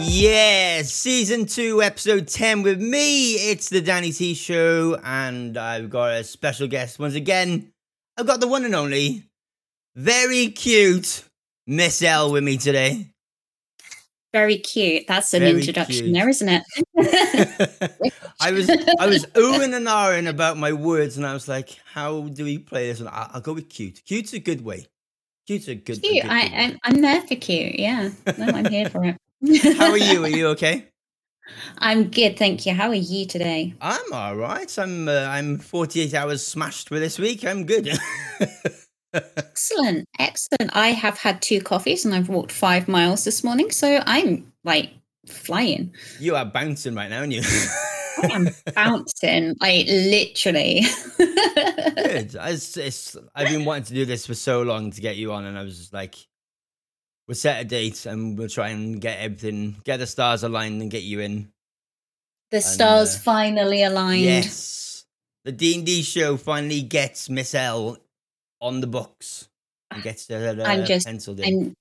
Yeah, season two, episode 10 with me. It's the Danny T Show, and I've got a special guest once again. I've got the one and only, very cute Miss L with me today. Very cute. That's an Very introduction cute. there, isn't it? I was I was oohing and ahhing about my words, and I was like, "How do we play this?" And I, I'll go with cute. Cute's a good way. Cute's a good. a cute. good I, good way. I'm, I'm there for cute. Yeah. No, I'm here for it. How are you? Are you okay? I'm good, thank you. How are you today? I'm all right. I'm uh, I'm 48 hours smashed for this week. I'm good. Excellent. Excellent. I have had two coffees and I've walked five miles this morning. So I'm like flying. you are bouncing right now, aren't you? I am bouncing. I literally. good. It's, it's, I've been wanting to do this for so long to get you on, and I was just like, "We'll set a date, and we'll try and get everything, get the stars aligned, and get you in." the stars uh, finally aligned. Yes, the D and D show finally gets Miss L on the books and gets her uh, I'm just- penciled in. I'm,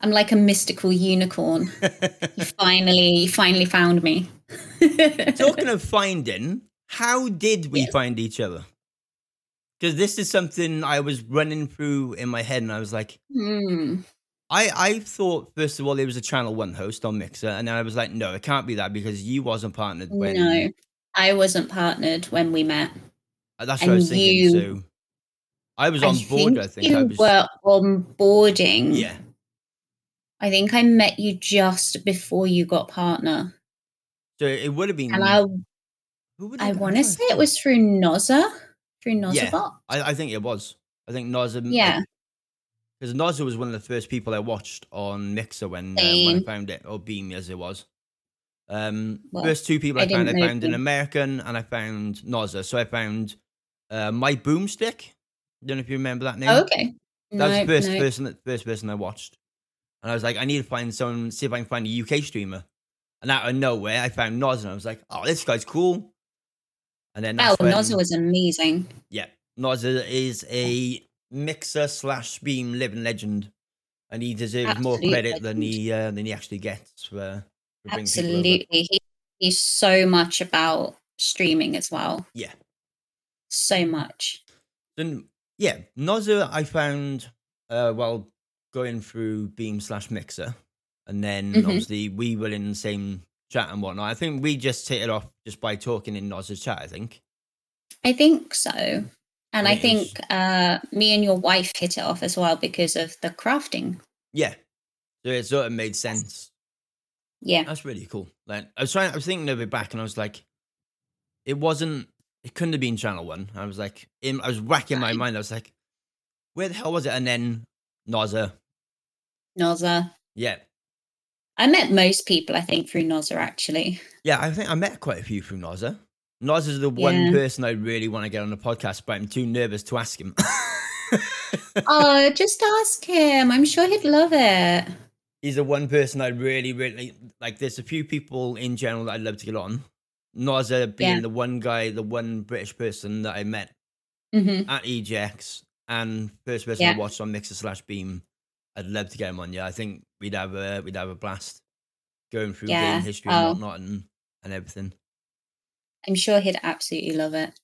I'm like a mystical unicorn. You finally, you finally found me. Talking of finding, how did we Yes. find each other? Because this is something I was running through in my head, and I was like, Hmm. I, I thought first of all it was a Channel One host on Mixer, and then I was like, no, it can't be that because you wasn't partnered when. No, I wasn't partnered when we met. Uh, That's what I was And thinking. you- so I was on board. I think you I was. were onboarding. Yeah, I think I met you just before you got partner, so it would have been. and I who would I it- I'm want to trying say it was through Nozza, through Yeah. Nozzabot. I, I think it was. I think Nozzle. Yeah. Because Nozzle was one of the first people I watched on Mixer when, uh, when I Same. found it, or Beam as it was. Um, Well, first two people I, I found, I didn't know found an Beam. American and I found Nozza. So I found uh, my boomstick. Don't know if you remember that name. Oh, okay. That was the No, first no. person, that- first person I watched, and I was like, I need to find someone, see if I can find a UK streamer. And out of nowhere, I found Noz, and I was like, oh, this guy's cool. And then Oh, that's when, Nozza was amazing. yeah, Noz is a mixer slash beam living legend, and he deserves more Absolute credit than legend. he uh, than he actually gets for, for bringing people over. Absolutely, he, he's so much about streaming as well. Yeah. so much. Then yeah, Nozza I found uh while going through Beam slash Mixer, and then Mhm. obviously we were in the same chat and whatnot. I think we just hit it off just by talking in Nozza's chat. I think I think so. And I It is. think uh, me and your wife hit it off as well because of the crafting. yeah, so it sort of made sense. Yeah. That's really cool. Like I was trying, I was thinking of it back, and I was like, it wasn't, it couldn't have been Channel One. I was like, in, I was whacking my Right. mind. I was like, where the hell was it? And then Nozza, Nozza. yeah, I met most people, I think, through Nozza actually. Yeah, I think I met quite a few through Nozza. Nozza's the one Yeah. person I really want to get on the podcast, but I'm too nervous to ask him. oh, just ask him. I'm sure he'd love it. He's the one person I really, really like. There's a few people in general that I'd love to get on. Nozza being Yeah. the one guy, the one British person that I met hmm at EJX and first person I Yeah. watched on Mixer slash Beam. I'd love to get him on. Yeah, I think we'd have a we'd have a blast going through Yeah. game history and Oh. whatnot and, and everything. I'm sure he'd absolutely love it.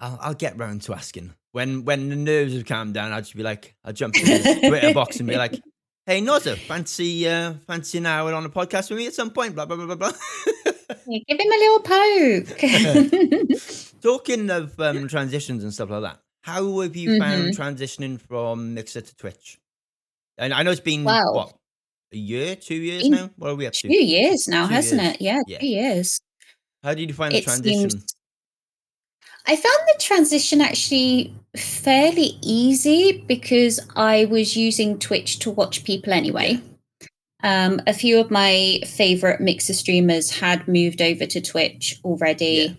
I'll, I'll get round to asking when when the nerves have calmed down. I'll just be like, I'll jump in the Twitter box and be like, "Hey, Nozza, fancy uh, fancy an hour on a podcast with me at some point?" Blah blah blah blah blah. Yeah, give him a little poke. Talking of um, transitions and stuff like that, how have you found Mm-hmm. transitioning from Mixer to Twitch? And I know it's been Wow. what a year, two years Been now. What are we up two to? years now, Two hasn't years. it? Yeah, Yeah. two years. How did you find the It transition? seems. I found the transition actually fairly easy because I was using Twitch to watch people anyway. Um, a few of my favorite Mixer streamers had moved over to Twitch already.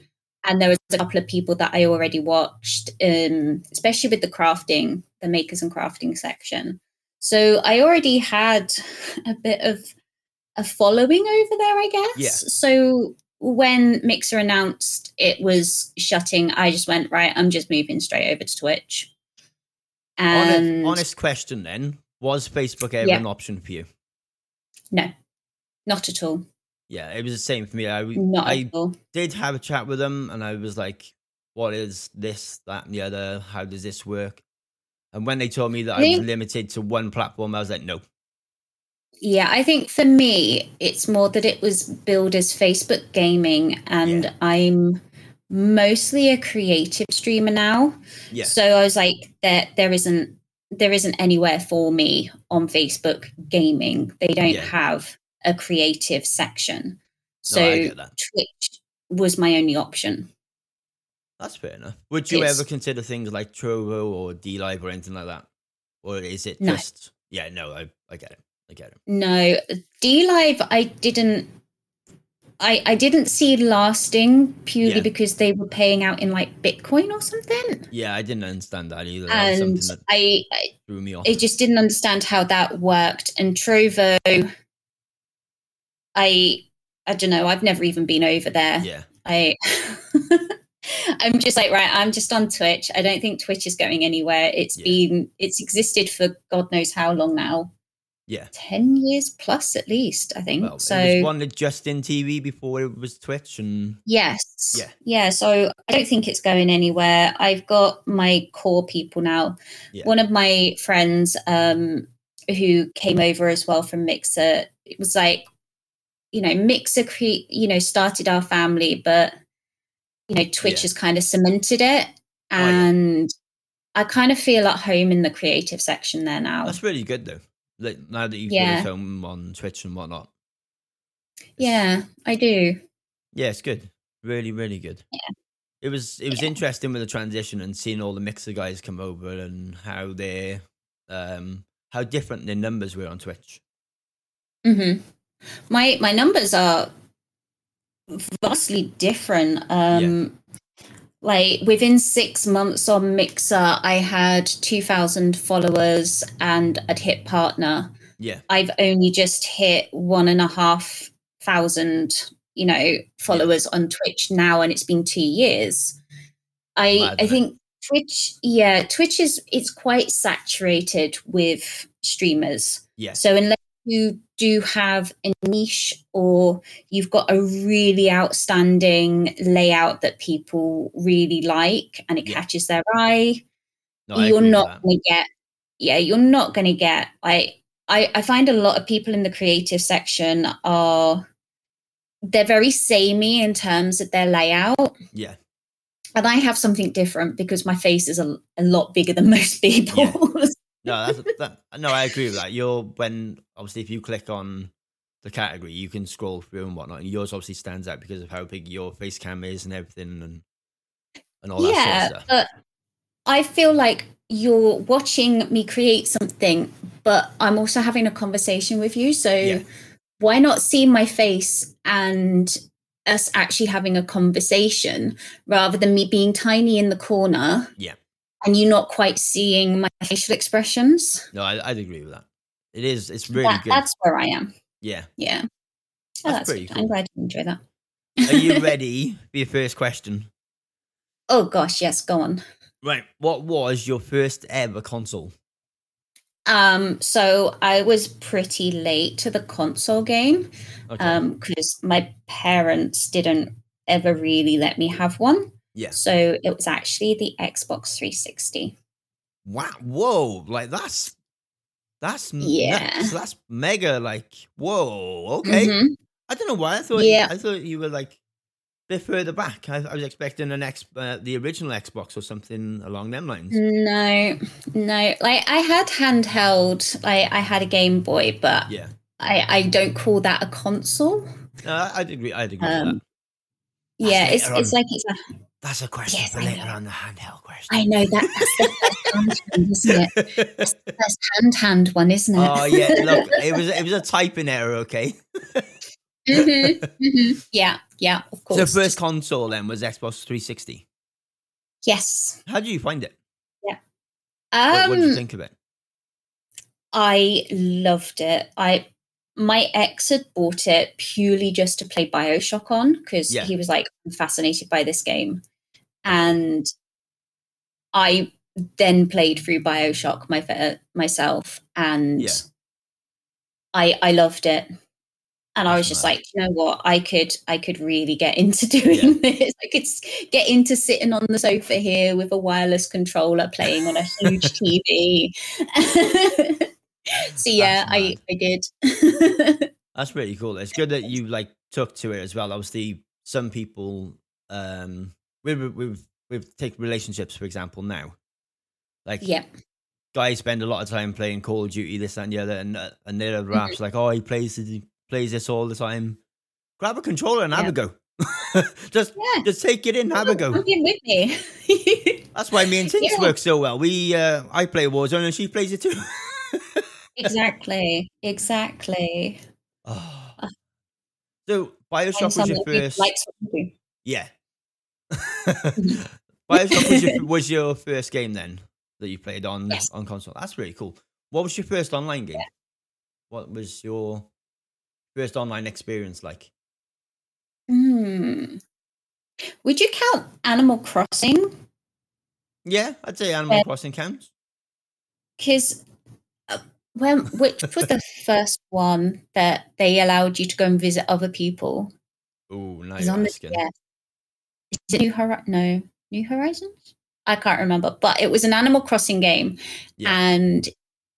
And there was a couple of people that I already watched, um, especially with the crafting, the makers and crafting section. So I already had a bit of a following over there, I guess. Yeah. So when Mixer announced it was shutting, I just went, right, I'm just moving straight over to Twitch. Honest, And honest question then. Was Facebook ever Yeah. an option for you? not at all. Yeah, it was the same for me. I, w- Not I at all. did have a chat with them and I was like, what is this, that, and the other? How does this work? And when they told me that I was Think- limited to one platform, I was like, no. Yeah, I think for me, it's more that it was billed as Facebook gaming, and Yeah. I'm mostly a creative streamer now. Yeah. So I was like, there, there isn't, there isn't anywhere for me on Facebook gaming. They don't Yeah. have a creative section. no, I So get that. Twitch was my only option. That's fair enough. Would you Yes. ever consider things like Trovo or D Live or anything like that? Or is it No. just Yeah, no, I, I get it. I get it. No, D Live, I didn't. I, I didn't see lasting purely Yeah. because they were paying out in like Bitcoin or something. Yeah, I didn't understand that either. That was and something that I, I threw me off. I just didn't understand how that worked. And Trovo, I I don't know. I've never even been over there. yeah. I I'm just like right. I'm just on Twitch. I don't think Twitch is going anywhere. It's Yeah. been it's existed for God knows how long now. Yeah. ten years plus at least. I think Well, so. it was one that Justin TV before it was Twitch and Yes. Yeah. Yeah. So I don't think it's going anywhere. I've got my core people now. Yeah. One of my friends um, who came over as well from Mixer it was like, you know, Mixer, cre- you know, started our family, but, you know, Twitch Yeah. Oh, has kind of cemented it. yeah. And I kind of feel at home in the creative section there now. That's really good though. Like, now that you've Oh. Yeah. got your home on Twitch and whatnot. It's- yeah, I do. Yeah, it's good. Really, really good. Yeah. It was it was interesting with the transition and seeing all the mixer guys come over and how they um how different their numbers were on Twitch. hmm My my numbers are vastly different. Um, Like within six months on Mixer, I had two thousand followers and I'd hit partner. Yeah. I've only just hit one and a half thousand, you know, followers on Twitch now, and it's been two years. I Mad, I innit? think Twitch, yeah, Twitch is it's quite saturated with streamers. Yeah. So unless you do have a niche or you've got a really outstanding layout that people really like and it Yeah. catches their eye, No, I you're agree with not that. going to get. Yeah, you're not going to get. I, I I find a lot of people in the creative section are they're very samey in terms of their layout. Yeah. And I have something different because my face is a, a lot bigger than most people's. No, that's that, no, I agree with that. You're when obviously if you click on the category, you can scroll through and whatnot, and yours obviously stands out because of how big your face cam is and everything and and all that sort of stuff. but I feel like you're watching me create something, but I'm also having a conversation with you. So Yeah. why not see my face and us actually having a conversation rather than me being tiny in the corner? Yeah. And you not quite seeing my facial expressions. No, I, I'd agree with that. It is. It's really That- good. that's where I am. Yeah. Yeah. That's Oh, pretty good. cool. I'm glad you enjoy that. Are you ready for your first question? oh gosh, yes, go on. Right. What was your first ever console? Um, so I was pretty late to the console game. Okay. um because my parents didn't ever really let me have one yeah. so it was actually the xbox 360 Wow. Whoa. Like that's that's Yeah. yeah. That's mega. Like whoa. Okay. Mhm. I don't know why. I thought. Yeah. I thought you were like a bit further back. I, I was expecting an ex, uh, the original Xbox or something along them lines. no no like i had handheld like i had a game boy but Yeah. i i don't call that a console No, I, I'd agree. I'd agree with um that. Uh-huh. That's yeah it's later it's on. like it's a That's a question Yes, for I later know. on the handheld question. I know that, that's the first hand hand, isn't it? That's the first hand hand one, isn't it? oh yeah, look, it was it was a typing error. Okay. Mhm, mhm. Yeah, yeah, of So course. first console then was Xbox 360. yes. How did you find it? What, what did you Um, think of it? I loved it. I my ex had bought it purely just to play Bioshock on because Yeah. he was like I'm fascinated by this game, and I then played through Bioshock my, uh, myself, and Yeah. I I loved it. And I That's was just mad. like, you know what? I could, I could really get into doing this. I could s- get into sitting on the sofa here with a wireless controller playing on a huge TV. so yeah, I, I did. That's really cool. It's good that you like took to it as well. Obviously, some people um we we we've, we've take relationships for example now. Like yeah, guys spend a lot of time playing Call of Duty, this that, and the other, and uh, and they're Mm-hmm. raps like, oh, he plays he plays this all the time. Grab a controller and have a go. just yeah. just take it in, have a go. Come in with me. That's why me and Tinks Yeah. work so well. We uh, I play Warzone and she plays it too. exactly, exactly. Oh. So Uh. Find Bioshock was someone your who first, likes what you do. yeah. Bioshock was your, was your first game then that you played on Yes. on console. That's really cool. What was your first online game? What was your first online experience like? Hmm. Would you count Animal Crossing? Yeah, I'd say Animal Uh, Crossing counts. Because uh, when which was the first one that they allowed you to go and visit other people? Oh, now Is you're on the asking. yeah. Is it New Hori- No, New Horizons. I can't remember, but it was an Animal Crossing game, Yeah. and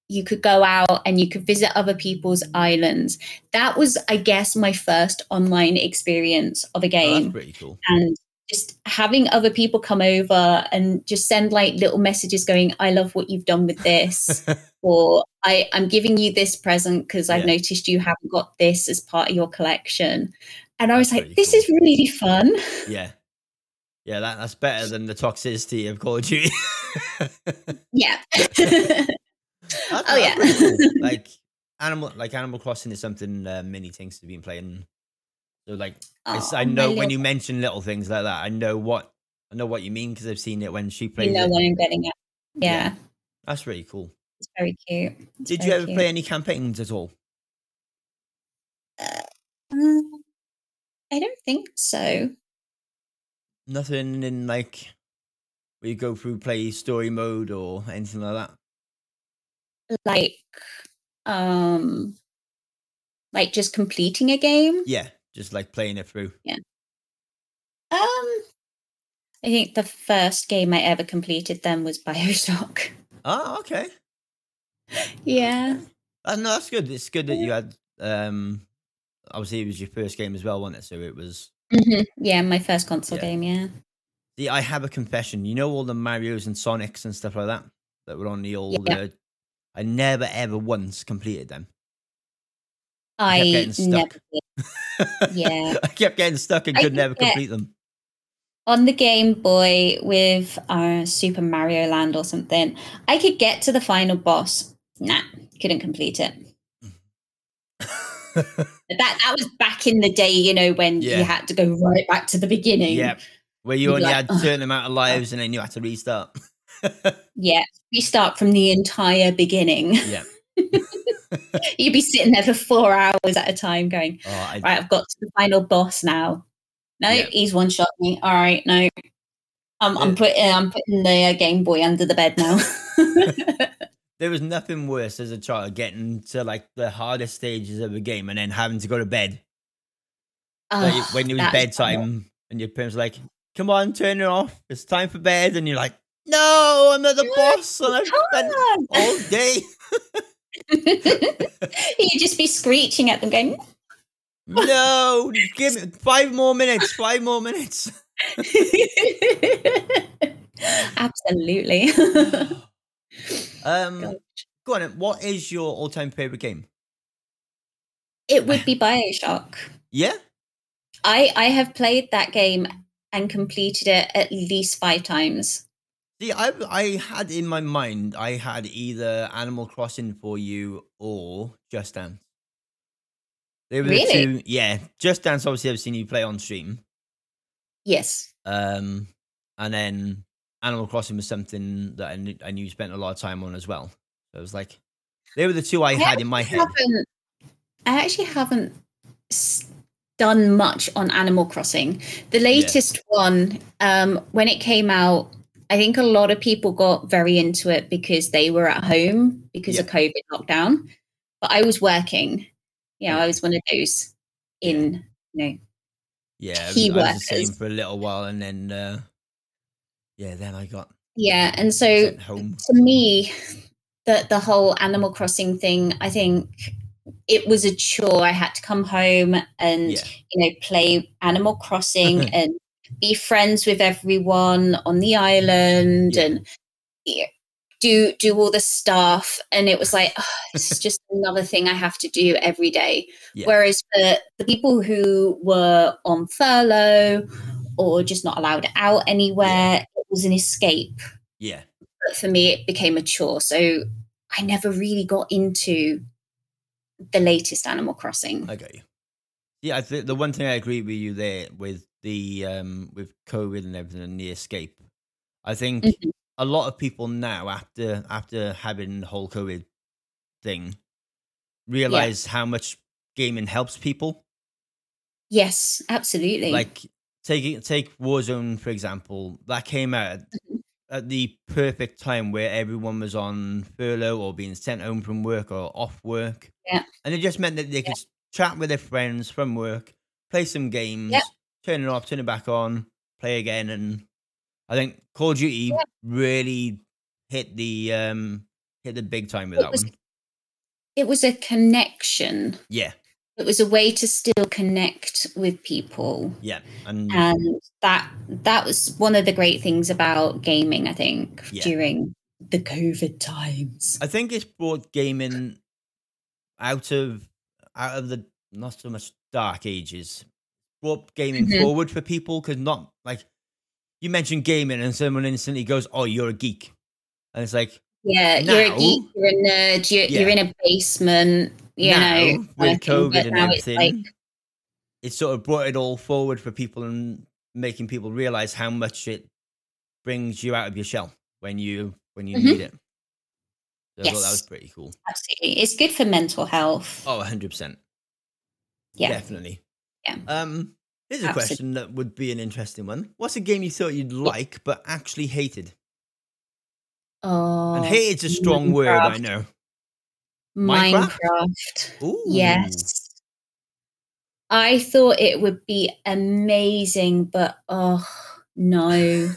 you could go out and you could visit other people's islands. That was, I guess, my first online experience of a Oh, game. that's pretty cool. and just having other people come over and just send like little messages going i love what you've done with this or I, i'm giving you this present because i've Yeah. noticed you haven't got this as part of your collection and i That's was like pretty this cool. is really fun Yeah. Yeah, that, that's better than the toxicity of Call of Duty. yeah That's- Oh, that's yeah. pretty cool. like animal, like Animal Crossing is something uh, Mini Tinks have been playing. So like, it's, I Aw, my know when little- you mention little things like that, I know what I know what you mean because I've seen it when she you plays. know it. what i'm getting at yeah, Yeah. That's really cool. it's very cute It's Did you very ever cute. play any campaigns at all? Um, i don't think so Nothing in like where you go through play story mode or anything like that. like um like just completing a game Yeah, just like playing it through. Um, I think the first game I ever completed then was Bioshock. Oh, okay. Yeah, Uh, no, that's good. It's good that you had. um Obviously, it was your first game as well, wasn't it? So it was. Mhm. yeah, my first console Yeah. game. Yeah, See, I have a confession. You know all the Mario's and Sonics and stuff like that that were on the old. Yeah. Uh, I never ever once completed them. kept I getting never stuck. did. Yeah. I kept getting stuck and I could think never that- complete them. on the Game Boy with uh, Super Mario Land or something. I could get to the final boss. Nah, couldn't complete it. But that that was back in the day, you know, when Yeah. you had to go right back to the beginning. yep. Where you You'd only be like, "Oh, had a "Ugh." certain amount of lives and then you had to restart. Yeah, restart from the entire beginning. Yeah. You'd be sitting there for four hours at a time, going, Oh, I, right, I've got to the final boss now. No, Yeah. he's one shot me. All right, no, I'm, Yeah. I'm putting I'm putting the uh, Game Boy under the bed now. there was nothing worse as a child getting to like the hardest stages of a game and then having to go to bed. Like, Ugh, when it was that is horrible. bedtime and your parents were like, come on, turn it off. It's time for bed. And you're like, no, I'm at the No, boss and I've spent Come on. all day. You'd just be screeching at them, going, No, give me five more minutes, five more minutes. absolutely. um, Gosh. go on. then, What is your all-time favorite game? it would be Bioshock. Yeah, I I have played that game and completed it at least five times. See, I I had in my mind I had either Animal Crossing for you or Just Dance. They were the Really? two. Yeah, Just Dance. Obviously, I've seen you play on stream. Yes. Um, and then Animal Crossing was something that I knew, I knew you spent a lot of time on as well. So it was like they were the two I had in my head. haven't, I actually haven't s- done much on Animal Crossing. The latest one, um, when it came out, I think a lot of people got very into it because they were at home because of COVID lockdown. But I was working. You know, I was one of those in, you know, Yeah, I was- Key I was the same workers. for a little while, and then uh, yeah, then I got yeah. And so sent home. to me the the whole animal crossing thing i think it was a chore i had to come home and Yeah. you know play animal crossing and be friends with everyone on the island Yeah. and yeah, do do all the stuff and it was like "Ugh, this is just another thing i have to do every day Yeah. whereas for the people who were on furlough or just not allowed out anywhere it was an escape Yeah, but for me it became a chore so i never really got into the latest animal crossing I got you. Yeah, I think the one thing I agree with you there with the um with COVID and everything and the escape, I think Mhm. a lot of people now after after having the whole COVID thing realize how much gaming helps people. yes absolutely Like taking take Warzone for example, that came out at- Mm-hmm. at the perfect time where everyone was on furlough or being sent home from work or off work. Yeah. And it just meant that they could s chat with their friends from work, play some games, turn it off, turn it back on, play again and I think Call of Duty Yeah. really hit the um hit the big time with It that was- one. it was a connection Yeah, it was a way to still connect with people yeah. And and that that was one of the great things about gaming i think Yeah. during the covid times I think it's brought gaming out of out of the not so much dark ages. Brought gaming Mhm. forward for people because not like you mentioned gaming and someone instantly goes, "Oh, you're a geek," and it's like yeah you're Now- a geek you're a nerd you're, you're Yeah. in a basement you now know with working, but COVID and now it's everything, like- it sort of brought it all forward for people and making people realize how much it brings you out of your shell when you when you Mhm. need it. So I thought that Yes. was pretty cool. absolutely it's good for mental health Oh, 100%. Yeah. Definitely. Yeah. Um, here's a Absolutely. question that would be an interesting one. What's a game you thought you'd like but actually hated? oh And hated's a strong word, I Minecraft. know. Minecraft? Minecraft. Ooh. Yes. I thought it would be amazing, but oh no,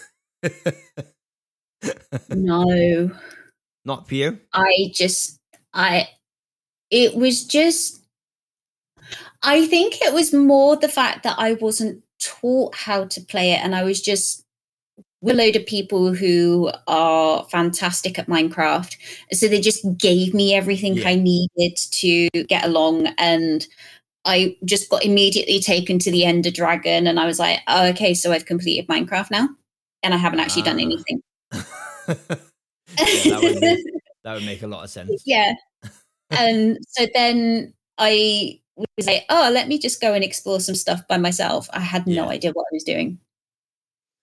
no. Not for you? I just I it was just I think it was more the fact that I wasn't taught how to play it and I was just with a load of people who are fantastic at Minecraft. So they just gave me everything Yeah. I needed to get along and I just got immediately taken to the Ender Dragon and I was like, oh, okay, so I've completed Minecraft now. And I haven't actually done Ah. anything. yeah, that, would make, that would make a lot of sense. yeah. And so then I was like, oh, let me just go and explore some stuff by myself. I had no Yeah. idea what I was doing.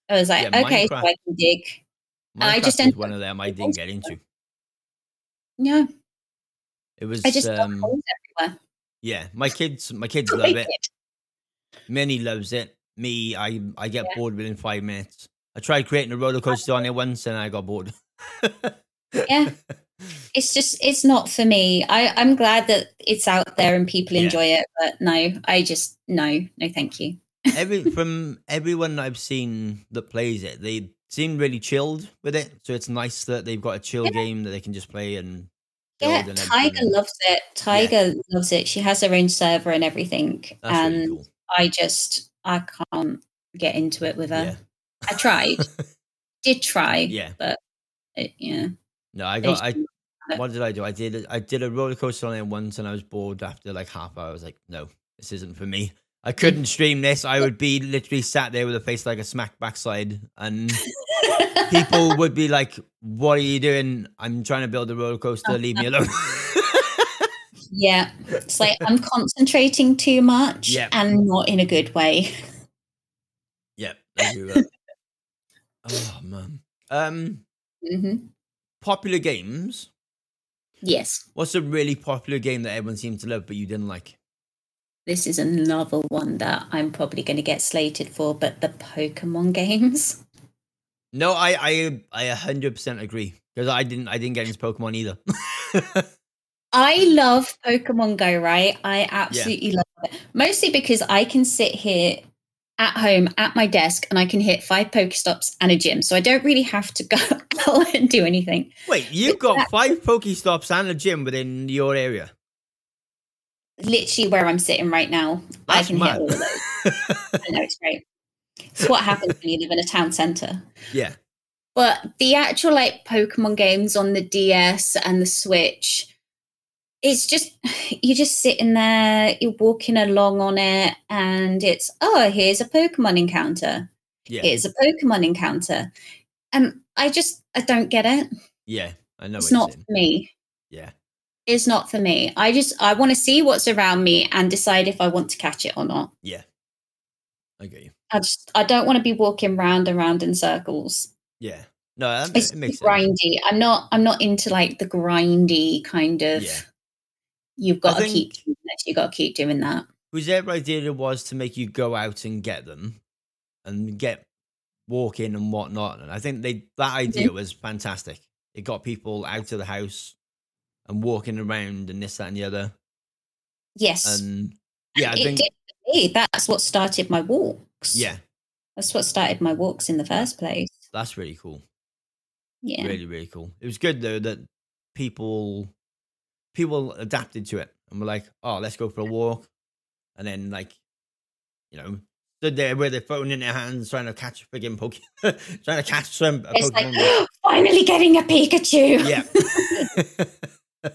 I was like, Yeah, okay, so Minecraft- I can dig. Minecraft I just was ended one of them I didn't get into. Yeah, It was I just dug um, holes everywhere. yeah, my kids my kids I love it. like it. Minnie loves it. Me, I I get Yeah. bored within five minutes. I tried creating a roller coaster on it once and I got bored. Yeah. It's just, it's not for me. I, I'm glad that it's out there and people Yeah. enjoy it, but no, I just, no, no, thank you. Every from everyone that I've seen that plays it, they seem really chilled with it. So it's nice that they've got a chill Yeah. game that they can just play and Yeah, build and Tiger everything. loves it. Tiger loves it. She has her own server and everything. That's and really cool. I just, I can't get into it with her. Yeah. I tried, did try. Yeah. uh, yeah. No, I they got I should- what did I do? I did I did a roller coaster on it once and I was bored after like half hour. I was like, no, this isn't for me. I couldn't stream this. I would be literally sat there with a face like a smack backside, and people would be like, "What are you doing? I'm trying to build a roller coaster. Leave me alone." yeah. It's like I'm concentrating too much Yeah. and not in a good way. yep. I agree with that. Oh man. Um, Mhm. popular games. Yes. What's a really popular game that everyone seemed to love but you didn't like? This is another one that I'm probably going to get slated for, but the Pokemon games. No, I I I a hundred percent agree because I didn't I didn't get into Pokemon either. I love Pokemon Go, right? I absolutely love it. Mostly because I can sit here at home at my desk and I can hit five Pokestops and a gym. So I don't really have to go out and do anything. Wait, you've got five Pokestops and a gym within your area. Literally where I'm sitting right now, I That's can mad. hit all of those. I know it's great. It's what happens when you live in a town centre. yeah. But the actual like Pokemon games on the DS and the Switch, it's just you're just sitting there, you're walking along on it, and it's oh, here's a Pokemon encounter, Yeah. here's a Pokemon encounter, and I just I don't get it. Yeah. I know what it's you're not saying. for me. Yeah. It's not for me. I just I want to see what's around me and decide if I want to catch it or not. I get you. I just I don't want to be walking round and round in circles. Yeah. No, that, it's it makes sense. grindy. I'm not. I'm not into like the grindy kind of. Yeah. You've got to think- keep doing this. You got to keep doing that. Whoever e-, idea it was to make you go out and get them and get walking and whatnot. And I think they that idea Mm-hmm. was fantastic. It got people out of the house and walking around and this, that, and the other. Yes. And yeah, I it think did for me. That's what started my walks. yeah, That's what started my walks in the first place. that's really cool. Yeah. Really, really cool. It was good though that people people adapted to it and were like, oh, let's go for a walk. And then like, you know, stood there with their phone in their hands trying to catch a friggin' Pokemon trying to catch some a It's Pokemon. like finally getting a Pikachu. yeah.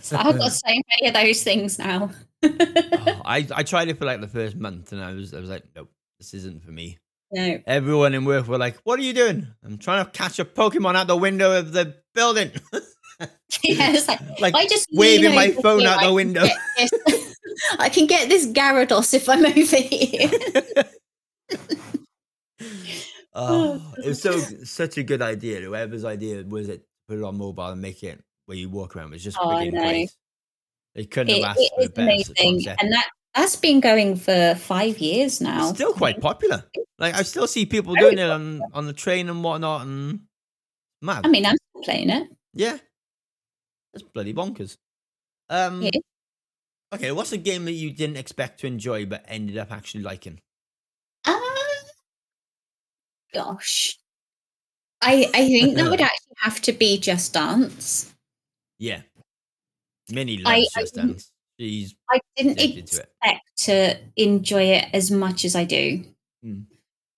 So I've got so many of those things now. Oh, I, I tried it for like the first month and I was I was like, nope, this isn't for me. No. Everyone in work were like, What are you doing? I'm trying to catch a Pokemon out the window of the building. yeah, it's like, like I just waving lean my over phone here, out I the can window. get this- I can get this Gyarados if I'm over here. Oh, it was so such a good idea. Whoever's idea was it put it on mobile and make it where you walk around was just Oh, I freaking know. great. They couldn't It- have asked it for a is better amazing, concept. and that that's been going for five years now. It's still quite popular. Like I still see people Very doing it on on the train and whatnot and mad. I mean, I'm still playing it. yeah, that's bloody bonkers. Um, Yeah. okay, what's a game that you didn't expect to enjoy but ended up actually liking? Uh, Ah! gosh, I I think that would actually have to be Just Dance. Yeah, Minnie I- loves I Just didn't- Dance. She's I didn't addicted to it. expect to enjoy it as much as I do. Mm.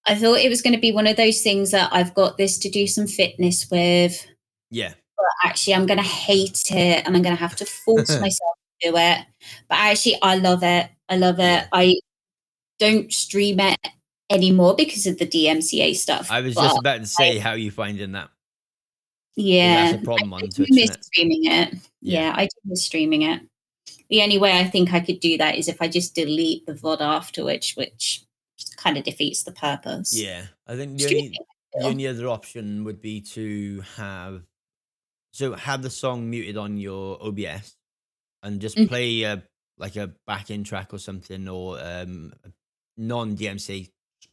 I thought it was going to be one of those things that I've got this to do some fitness with. Yeah, actually I'm going to hate it and I'm going to have to force myself to do it. But actually, I love it. I love it. I don't stream it anymore because of the DMCA stuff. I was but just about to say how you finding that. yeah, that's a problem on I do Twitch. miss Isn't it? streaming it. Yeah. Yeah. I do miss streaming it. The only way I think I could do that is if I just delete the VOD afterwards, which kind of defeats the purpose. Yeah, I think the only, Streaming, the though. only other option would be to have so have the song muted on your OBS and just Mhm. play a like a backing track or something or um non DMC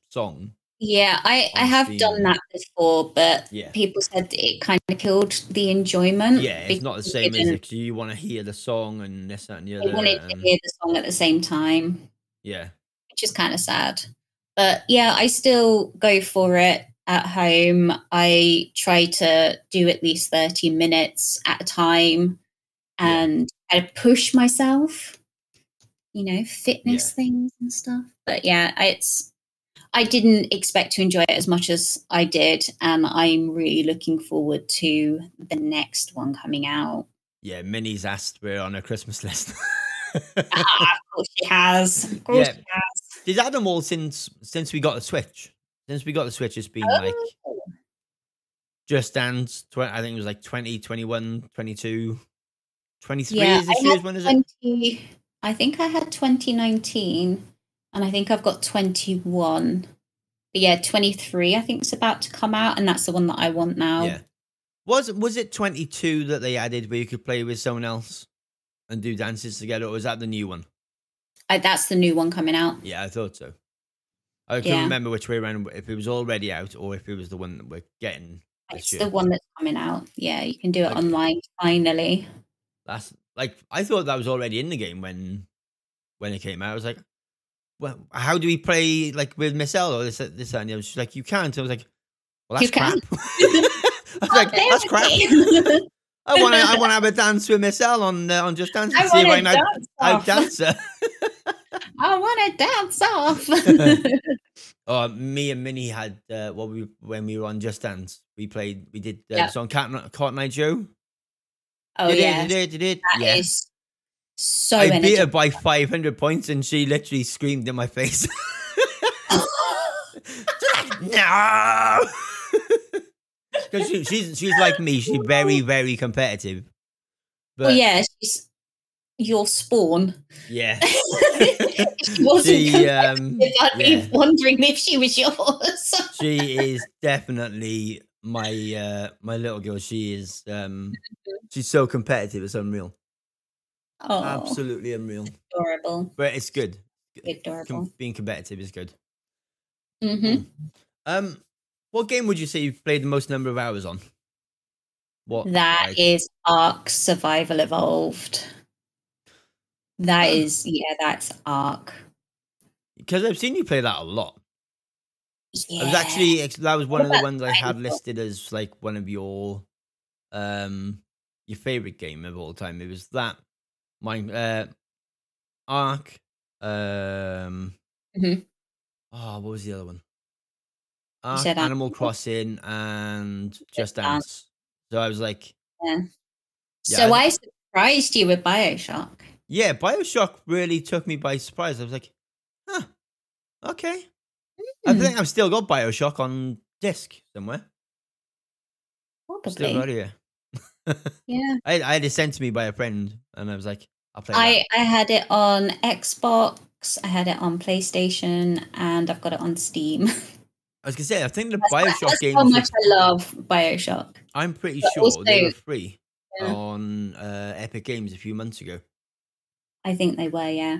song. yeah, I, I on have streaming. done that before, but Yeah, people said it kind of killed the enjoyment. yeah, it's not the because same they as didn't- it 'cause you want to hear the song and this that, and the I other. wanted to and- hear the song at the same time, yeah, which is kind of sad. But yeah, I still go for it at home. I try to do at least 30 minutes at a time Yeah. and I push myself, you know, fitness Yeah. things and stuff. But yeah, it's, I didn't expect to enjoy it as much as I did. And I'm really looking forward to the next one coming out. yeah. Minnie's asked we're on a Christmas list. ah, of course she has. Of course Yeah. she has. She's had them all since since we got the Switch. Since we got the Switch, it's been like Oh. Just Dance. Tw- I think it was like 20, 21, 22, 23 Yeah, is this I year's one, is it? 20, I think I had 2019 and I think I've got 21. But yeah, 23 I think is about to come out and that's the one that I want now. Yeah. Was was it twenty two that they added where you could play with someone else and do dances together, or was that the new one? I, that's the new one coming out. Yeah, I thought so. I couldn't Yeah. remember which way around if it was already out or if it was the one that we're getting. It's This year. the one that's coming out. Yeah, you can do it Okay. online finally. That's like I thought that was already in the game when when it came out. I was like, well, how do we play like with Michelle or this this that, and the other? She's like, you can't. I was like, well, that's You crap. can. I was like, There that's we crap. go. I want to I want to have a dance with Michelle on uh, on Just Dance. I and see if want I to can out- dance out off. dance her. I want to dance off. Oh, me and Minnie had uh, what we when we were on Just Dance. We played. We did uh, Yeah. the song Cotton, Cotton Eye Joe. oh Did it, yeah, did it, did it. that is Yeah. so I beat her energetic. by five hundred points, and she literally screamed in my face. no, because she, she's she's like me. She's very very competitive. But well, yeah, she's your spawn. yeah, she wasn't she um, competitive, I'd yeah. be wondering if she was yours. she is definitely my uh my little girl. She is um she's so competitive. It's unreal. oh, Absolutely unreal. adorable, But it's good. Com- adorable. being competitive is good. hmm Um, what game would you say you've played the most number of hours on? What That like- is Ark Survival Evolved. That Oh. is, yeah, that's Ark. because I've seen you play that a lot. Yeah. I was actually ex- that was one What of the about ones I had Titanfall? listed as like one of your um your favorite game of all time. It was that mine uh Ark um Mhm. oh what was the other one? You Ark, said Animal Animal Crossing and Just Dance. Dance. So I was like, yeah, so I- I surprised you with Bioshock. yeah, BioShock really took me by surprise. I was like, huh, okay. I Hmm, think I've still got BioShock on disc somewhere. Still got probably. it. yeah. Yeah. I, I had it sent to me by a friend, and I was like, "I'll play." I, I had it on Xbox, I had it on PlayStation, and I've got it on Steam. that. I was gonna say, I think the That's Bioshock games. how were- much I love Bioshock. I'm pretty but sure they were also- free Yeah. on uh, Epic Games a few months ago. I think they were, yeah.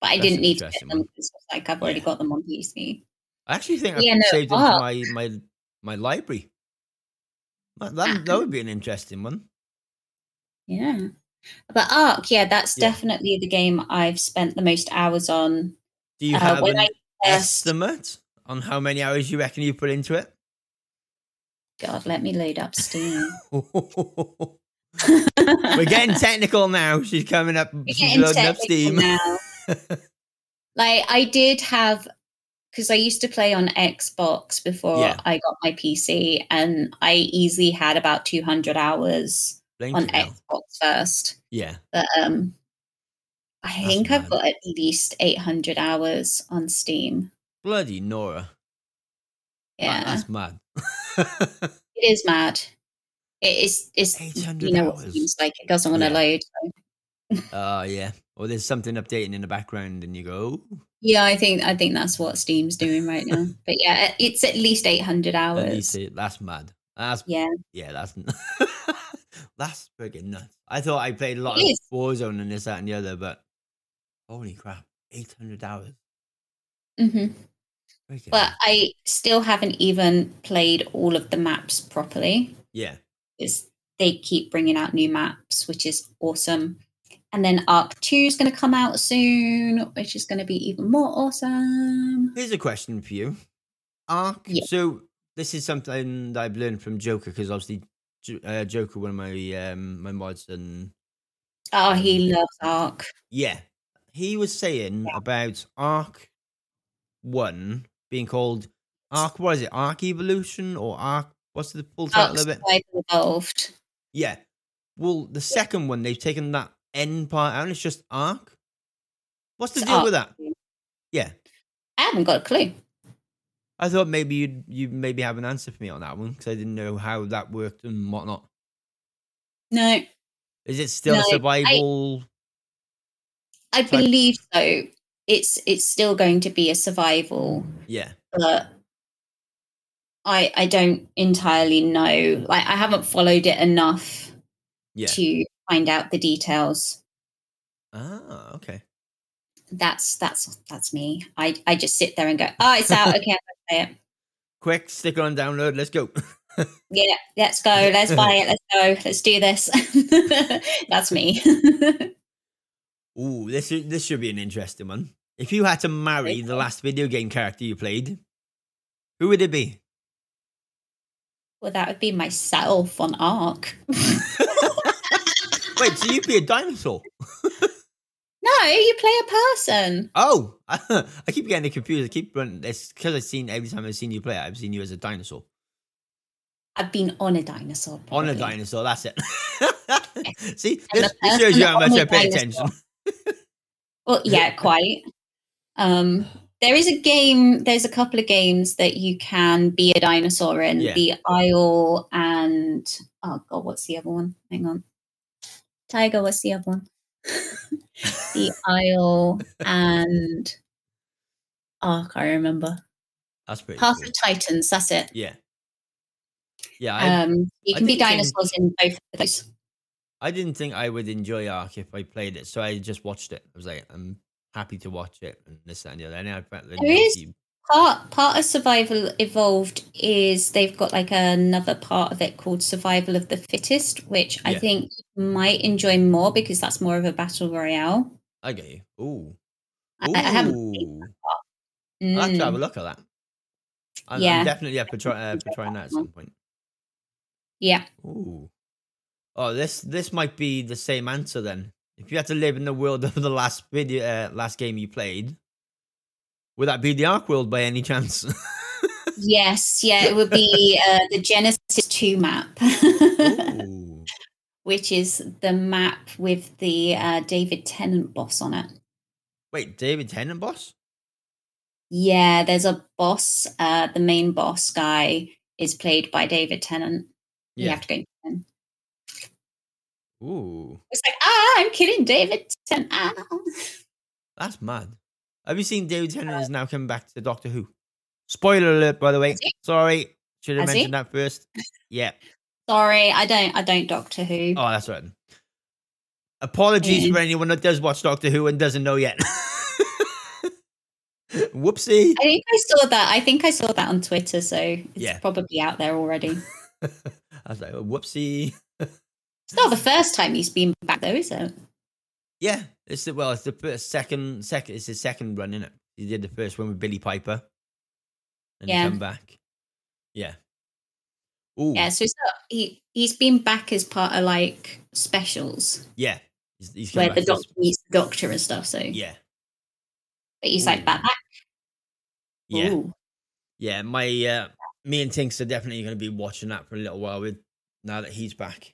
But I That's an didn't need to get interesting them one. because like I've already Yeah. got them on PC. I actually think I Yeah, no, saved them to wow. my my my library. That that, that Ah. would be an interesting one. Yeah. But Ark, yeah, that's Yeah. definitely the game I've spent the most hours on. Do you Uh, have when an I first estimate on how many hours you reckon you put into it? God, let me load up Steam. We're We're getting technical now. She's coming up. We're she's getting loading up technical Steam. now. like I did have because I used to play on Xbox before Yeah. I got my PC, and I easily had about 200 hours Blink on it now. Xbox first. Yeah, But um, I That's think mad. I've got at least 800 hours on Steam. bloody Nora. That- Yeah, that's mad. it is mad. It is. It's you 800 know what hours. it seems like. It doesn't want to Yeah. load. Oh, yeah. Or there's something updating in the background and you go, "Oh, Yeah, I think I think that's what Steam's doing right now. But yeah, it's at least 800 hours. at least it- that's mad. That's, Oh, Yeah. yeah, that's, n- that's friggin' nuts. I thought I played a lot It of is. Warzone and this, that, and the other, but holy crap, 800 hours. hmm Friggin' But hell. I still haven't even played all of the maps properly. yeah, Is they keep bringing out new maps, which is awesome. And then Arc 2 is going to come out soon, which is going to be even more awesome. here's a question for you. Ark, Yeah. so this is something that I've learned from Joker because obviously Jo- uh, Joker, one of my um, my mods, and Oh, he loves Arc. Yeah. He was saying Yeah. about Arc 1 being called Arc, what is it? Arc Evolution or Arc, what's the full Arc title of it? Survival Evolved. Yeah. Well, the second one, they've taken that Empire out. It's just Ark. What's the It's deal Ark. with that? Yeah, I haven't got a clue. I thought maybe you'd you maybe have an answer for me on that one because I didn't know how that worked and whatnot. No, Is it still No, I- survival? I So- believe so. It's it's still going to be a survival, Yeah, but I I don't entirely know. Like I haven't followed it enough yeah. to find out the details. Ah, okay. That's that's that's me. I I just sit there and go, oh, it's out. Okay, let's play it. Quick, stick it on download. Let's go. Yeah, let's go. Let's buy it. Let's go. Let's do this. that's me. Ooh, this is, this should be an interesting one. If you had to marry the last video game character you played, who would it be? well, that would be myself on Ark. Wait, so you'd be a dinosaur? No, you play a person. Oh, I keep getting it confused. I keep running. It's because I've seen every time I've seen you play, I've seen you as a dinosaur. I've been on a dinosaur. On a probably. dinosaur, that's it. See, And this, the this shows you how person much on I the pay dinosaur. attention. Well, yeah, quite. Um, there is a game. There's a couple of games that you can be a dinosaur in. Yeah. The Isle and oh god, what's the other one? Hang on, Tiger. What's the other one? the Isle and oh, I can't remember. That's pretty Path cool. of Titans. That's it. Yeah. Yeah, I, Um, you I can be think in- dinosaurs in both of those. I didn't think I would enjoy Ark if I played it, so I just watched it. I was like, I'm happy to watch it and this that, and the other. And I found the There is- YouTube- part part of survival evolved is they've got like another part of it called survival of the fittest which i Yeah. think you might enjoy more because that's more of a battle royale I get you. Ooh. I- I haven't Ooh. I'll have to have a Mm, look at that. I'm, Yeah. I'm definitely up for, try, uh, for trying that at some point. yeah Ooh. Oh, this this might be the same answer then. If you had to live in the world of the last video, uh, last game you played, would that be the Ark world by any chance? yes yeah it would be uh, the genesis 2 map Ooh. which is the map with the uh, david tennant boss on it Wait, David Tennant boss? yeah there's a boss uh, the main boss guy is played by david tennant you have to go and kill him Ooh, It's like, ah, I'm kidding, David. Tennant. Ah. that's mad. Have you seen David Tennant is now coming back to Doctor Who? Spoiler alert, by the way. Has he? Sorry, should have Has he? mentioned that first. Yeah. Sorry, I don't. I don't Doctor Who. Oh, that's right. Apologies Mm. for anyone that does watch Doctor Who and doesn't know yet. Whoopsie. I think I saw that. I think I saw that on Twitter, so it's Yeah. probably out there already. I was like, whoopsie. It's not the first time he's been back, though, is it? Yeah, it's the, well, it's the first, second, second, it's his second run, is it? He did the first one with Billy Piper, and Yeah. he come back. Yeah. Ooh, Yeah. So it's not, he he's been back as part of like specials yeah. He's, he's come where back the to this- Doctor meets the Doctor and stuff. So, Yeah, but he's like Ooh. back. back. yeah, Ooh. yeah. My, uh, me and Tinks are definitely going to be watching that for a little while. With now that he's back,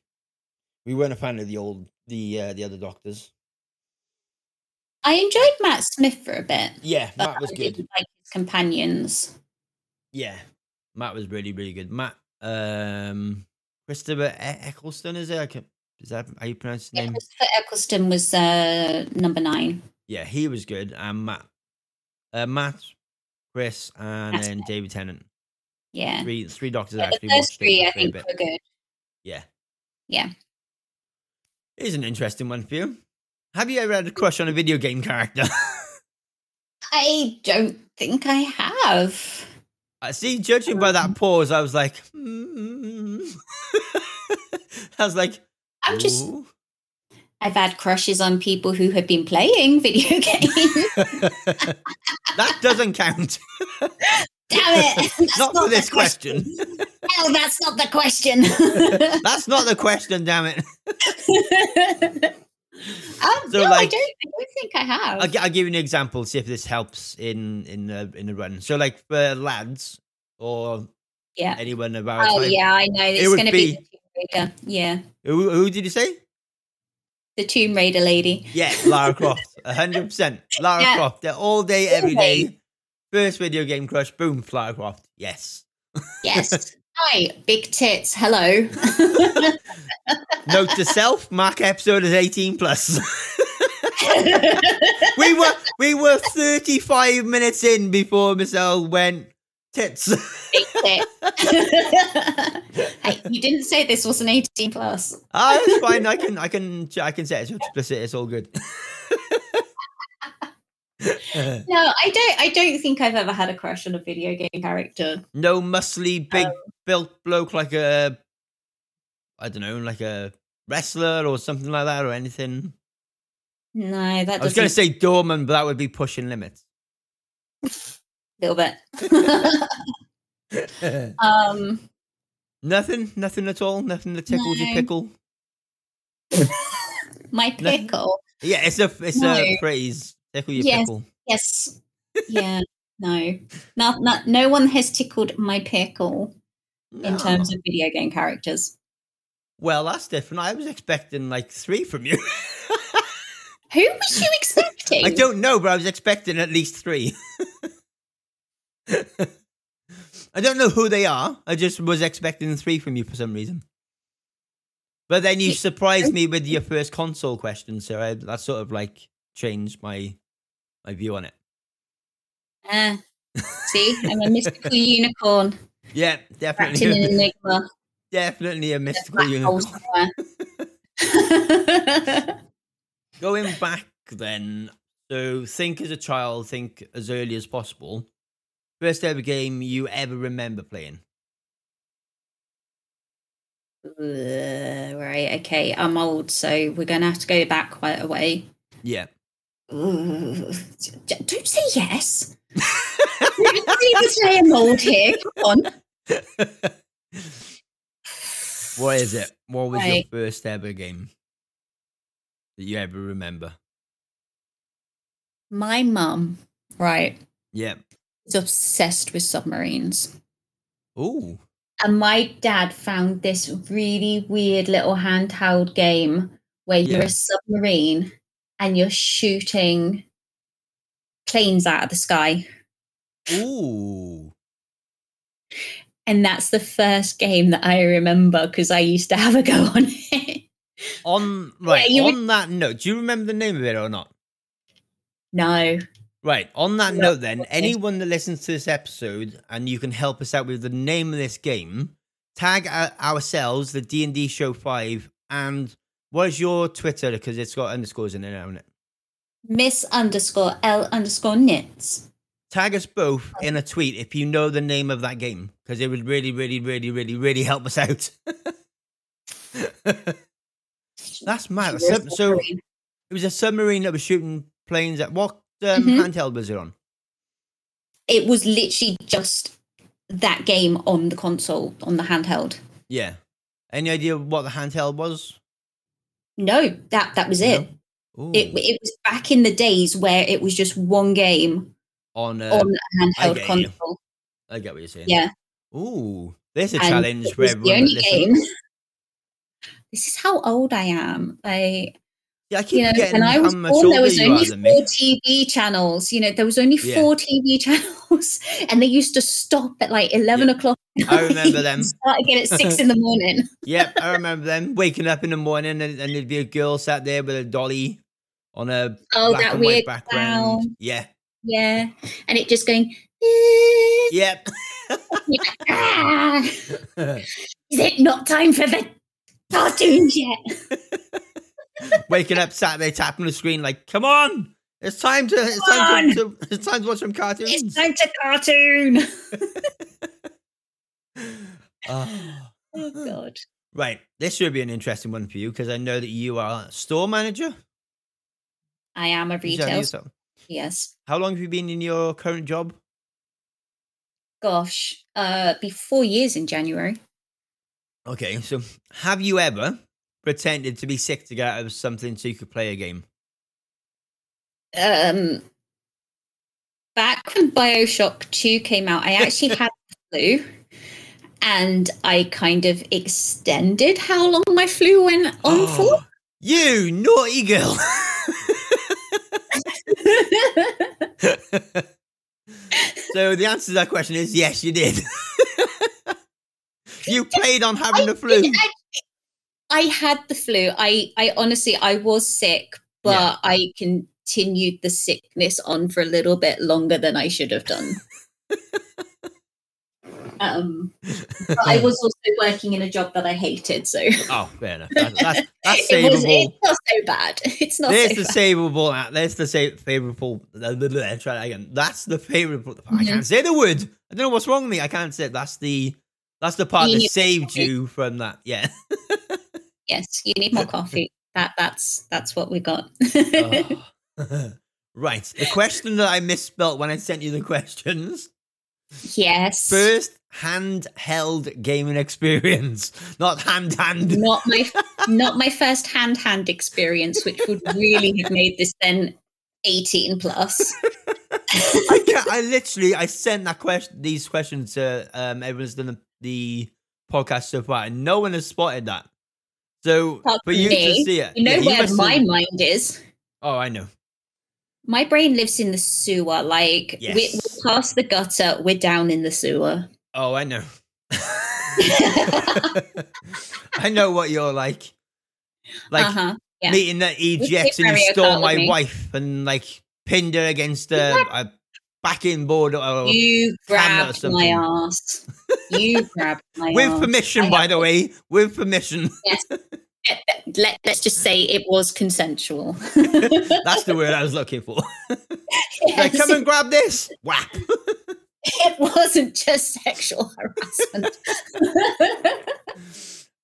we weren't a fan of the old, the uh, the other Doctors. I enjoyed Matt Smith for a bit, Yeah, but Matt was I good. didn't like his companions. Yeah, Matt was really really good. Matt, um, Christopher E- Eccleston is it? I can, is that how you pronounce his Yeah, name? Christopher Eccleston was uh, number nine. Yeah, he was good. And Matt, uh, Matt, Chris, and Matt then David Tennant. Yeah. Three three doctors But the actually first watched three, it I for a think, bit. were good. Yeah, Yeah. here's an interesting one for you. Have you ever had a crush on a video game character? I don't think I have. I see. Judging by Um, that pause, I was like, hmm. I was like, I'm just, "Ooh." I've had crushes on people who have been playing video games. that doesn't count. Damn it. That's not for the this question. No, that's not the question. That's not the question, damn it. um, So, no, I, like- don't, I don't think I have. I'll, gi- I'll give you an example. See if this helps in in the in the run. So, like for lads or yeah. anyone of our Oh, time, yeah, I know. It's would going to be. be- bigger. Yeah. who, who did you say? the Tomb Raider lady. Yeah, Lara Croft, hundred percent. Lara Yeah. Croft, they're all day, every Okay. day. First video game crush, boom, Lara Croft. Yes, Yes. Hi, big tits. Hello. Note to self: Mark episode is eighteen plus. we were we were thirty five minutes in before Michelle went tits. big tit. hey, you didn't say this was an 18 plus. Ah, it's fine. I can I can I can set it to explicit. It's all good. Uh, No, I don't. I don't think I've ever had a crush on a video game character. no muscly Um. big built bloke like a I don't know like a wrestler or something like that or anything. No, that I was going to doesn't. say doorman, but that would be pushing limits. A little bit. um. nothing, nothing at all. Nothing that tickled your No. pickle. My No. pickle. Yeah, it's a it's a No. phrase. Tickle your Yes. pickle. Yes. Yeah. No. Not, not, no one has tickled my pickle in terms of video game characters. Well, that's different. I was expecting like three from you. Who was you expecting? I don't know, but I was expecting at least three. I don't know who they are. I just was expecting three from you for some reason. But then you Y- surprised me with your first console question, so I, that sort of like changed my my view on it. Ah, see, I'm a mystical unicorn Yeah, wrapped in an definitely, enigma. definitely a in a mystical black hole unicorn. somewhere. Going back then, so think as a child, think as early as possible. First ever game you ever remember playing? Uh, right. Okay. I'm old, so we're going to have to go back quite a way. Yeah. Ooh, d- Don't say yes. Don't even say I'm old here. Come on. What is it? What was Right. your first ever game that you ever remember? My mum, right, Yeah. is obsessed with submarines. Ooh. And my dad found this really weird little handheld game where you're Yeah. a submarine and you're shooting planes out of the sky. Ooh. And that's the first game that I remember because I used to have a go on it. On right, you would- on that note, do you remember the name of it or not? No. Right. On that No, note, then, okay. anyone that listens to this episode and you can help us out with the name of this game, tag uh, ourselves the D and D Show Five and what is your Twitter because it's got underscores in it, hasn't it? Miss underscore L underscore knits. Tag us both in a tweet if you know the name of that game because it would really, really, really, really, really help us out. That's mad. She wears So, so submarine. it was a submarine that was shooting planes at what um, Mhm. handheld was it on? it was literally just that game on the console, on the handheld. Yeah. Any idea what the handheld was? No, that that was it. Ooh, It it was back in the days where it was just one game on uh, on a handheld I get you. console. I get what you're saying. Yeah, Ooh, there's a and challenge it for was the everyone. that only game. listens. This is how old I am. I Yeah, I keep you know, getting and I was how much born. There older was you only are four than me. TV channels. You know, there was only Yeah. four TV channels, and they used to stop at like eleven o'clock. at I remember night them. and Start again at six in the morning. yep, I remember them waking up in the morning and, and there'd be a girl sat there with a dolly on a Oh, black that and white weird background. sound. Yeah, Yeah, and it just going. "Eh, yep. ah, is it not time for the cartoons yet? waking up, sat there tapping the screen like, "Come on, it's time to it's time to, to it's time to watch some It's cartoons." time to cartoon. Ah. Oh god. Right, this should be an interesting one for you because I know that you are a store manager. I am a Is that retail. yourself? Yes. How long have you been in your current job? Gosh. Uh, be four years in January. Okay, so have you ever pretended to be sick to get out of something so you could play a game? Um, back when Bioshock Two came out, I actually had the flu, Oh. and I kind of extended how long my flu went on for. You naughty girl. Oh. so the answer to that question is yes, you did. you played on having the flu. I, I had the flu. I, I honestly, I was sick, but Yeah. I continued the sickness on for a little bit longer than I should have done. um, but I was also working in a job that I hated, so it oh, fair enough. That, that's, that's was, savable. it's not so bad. It's not There's so the bad. savable. a- There's the sa- favorable. blah, blah, blah, Try that again. That's the favorable. I Mhm. can't say the word. I don't know what's wrong with me. I can't say. it. That's the. That's the part that You- saved you from that. Yeah. Yes, you need more coffee. That that's that's what we got. Oh. right. The question that I misspelt when I sent you the questions. yes. First handheld gaming experience, not hand hand. not my not my first hand hand experience, which would really have made this then eighteen plus. I can't, I literally I sent that question these questions to um everyone's done the, the podcast so far and no one has spotted that. So Apart for from you to me. see it, You know yeah, where must my have- mind is. Oh, I know. My brain lives in the sewer. Like we- Yes. we're past the gutter, we're down in the sewer. Oh, I know. I know what you're like. Like uh-huh. yeah. meeting that did EGX and you Mario Kart stole with my me. wife and like pinned her against a, a backing board or, You oh, hammer or grabbed my something. ass. You grabbed my with ass. permission, I by the way, with permission. Let, let's just say it was consensual. That's the word I was looking for. like, come and grab this. Whap. it wasn't just sexual harassment.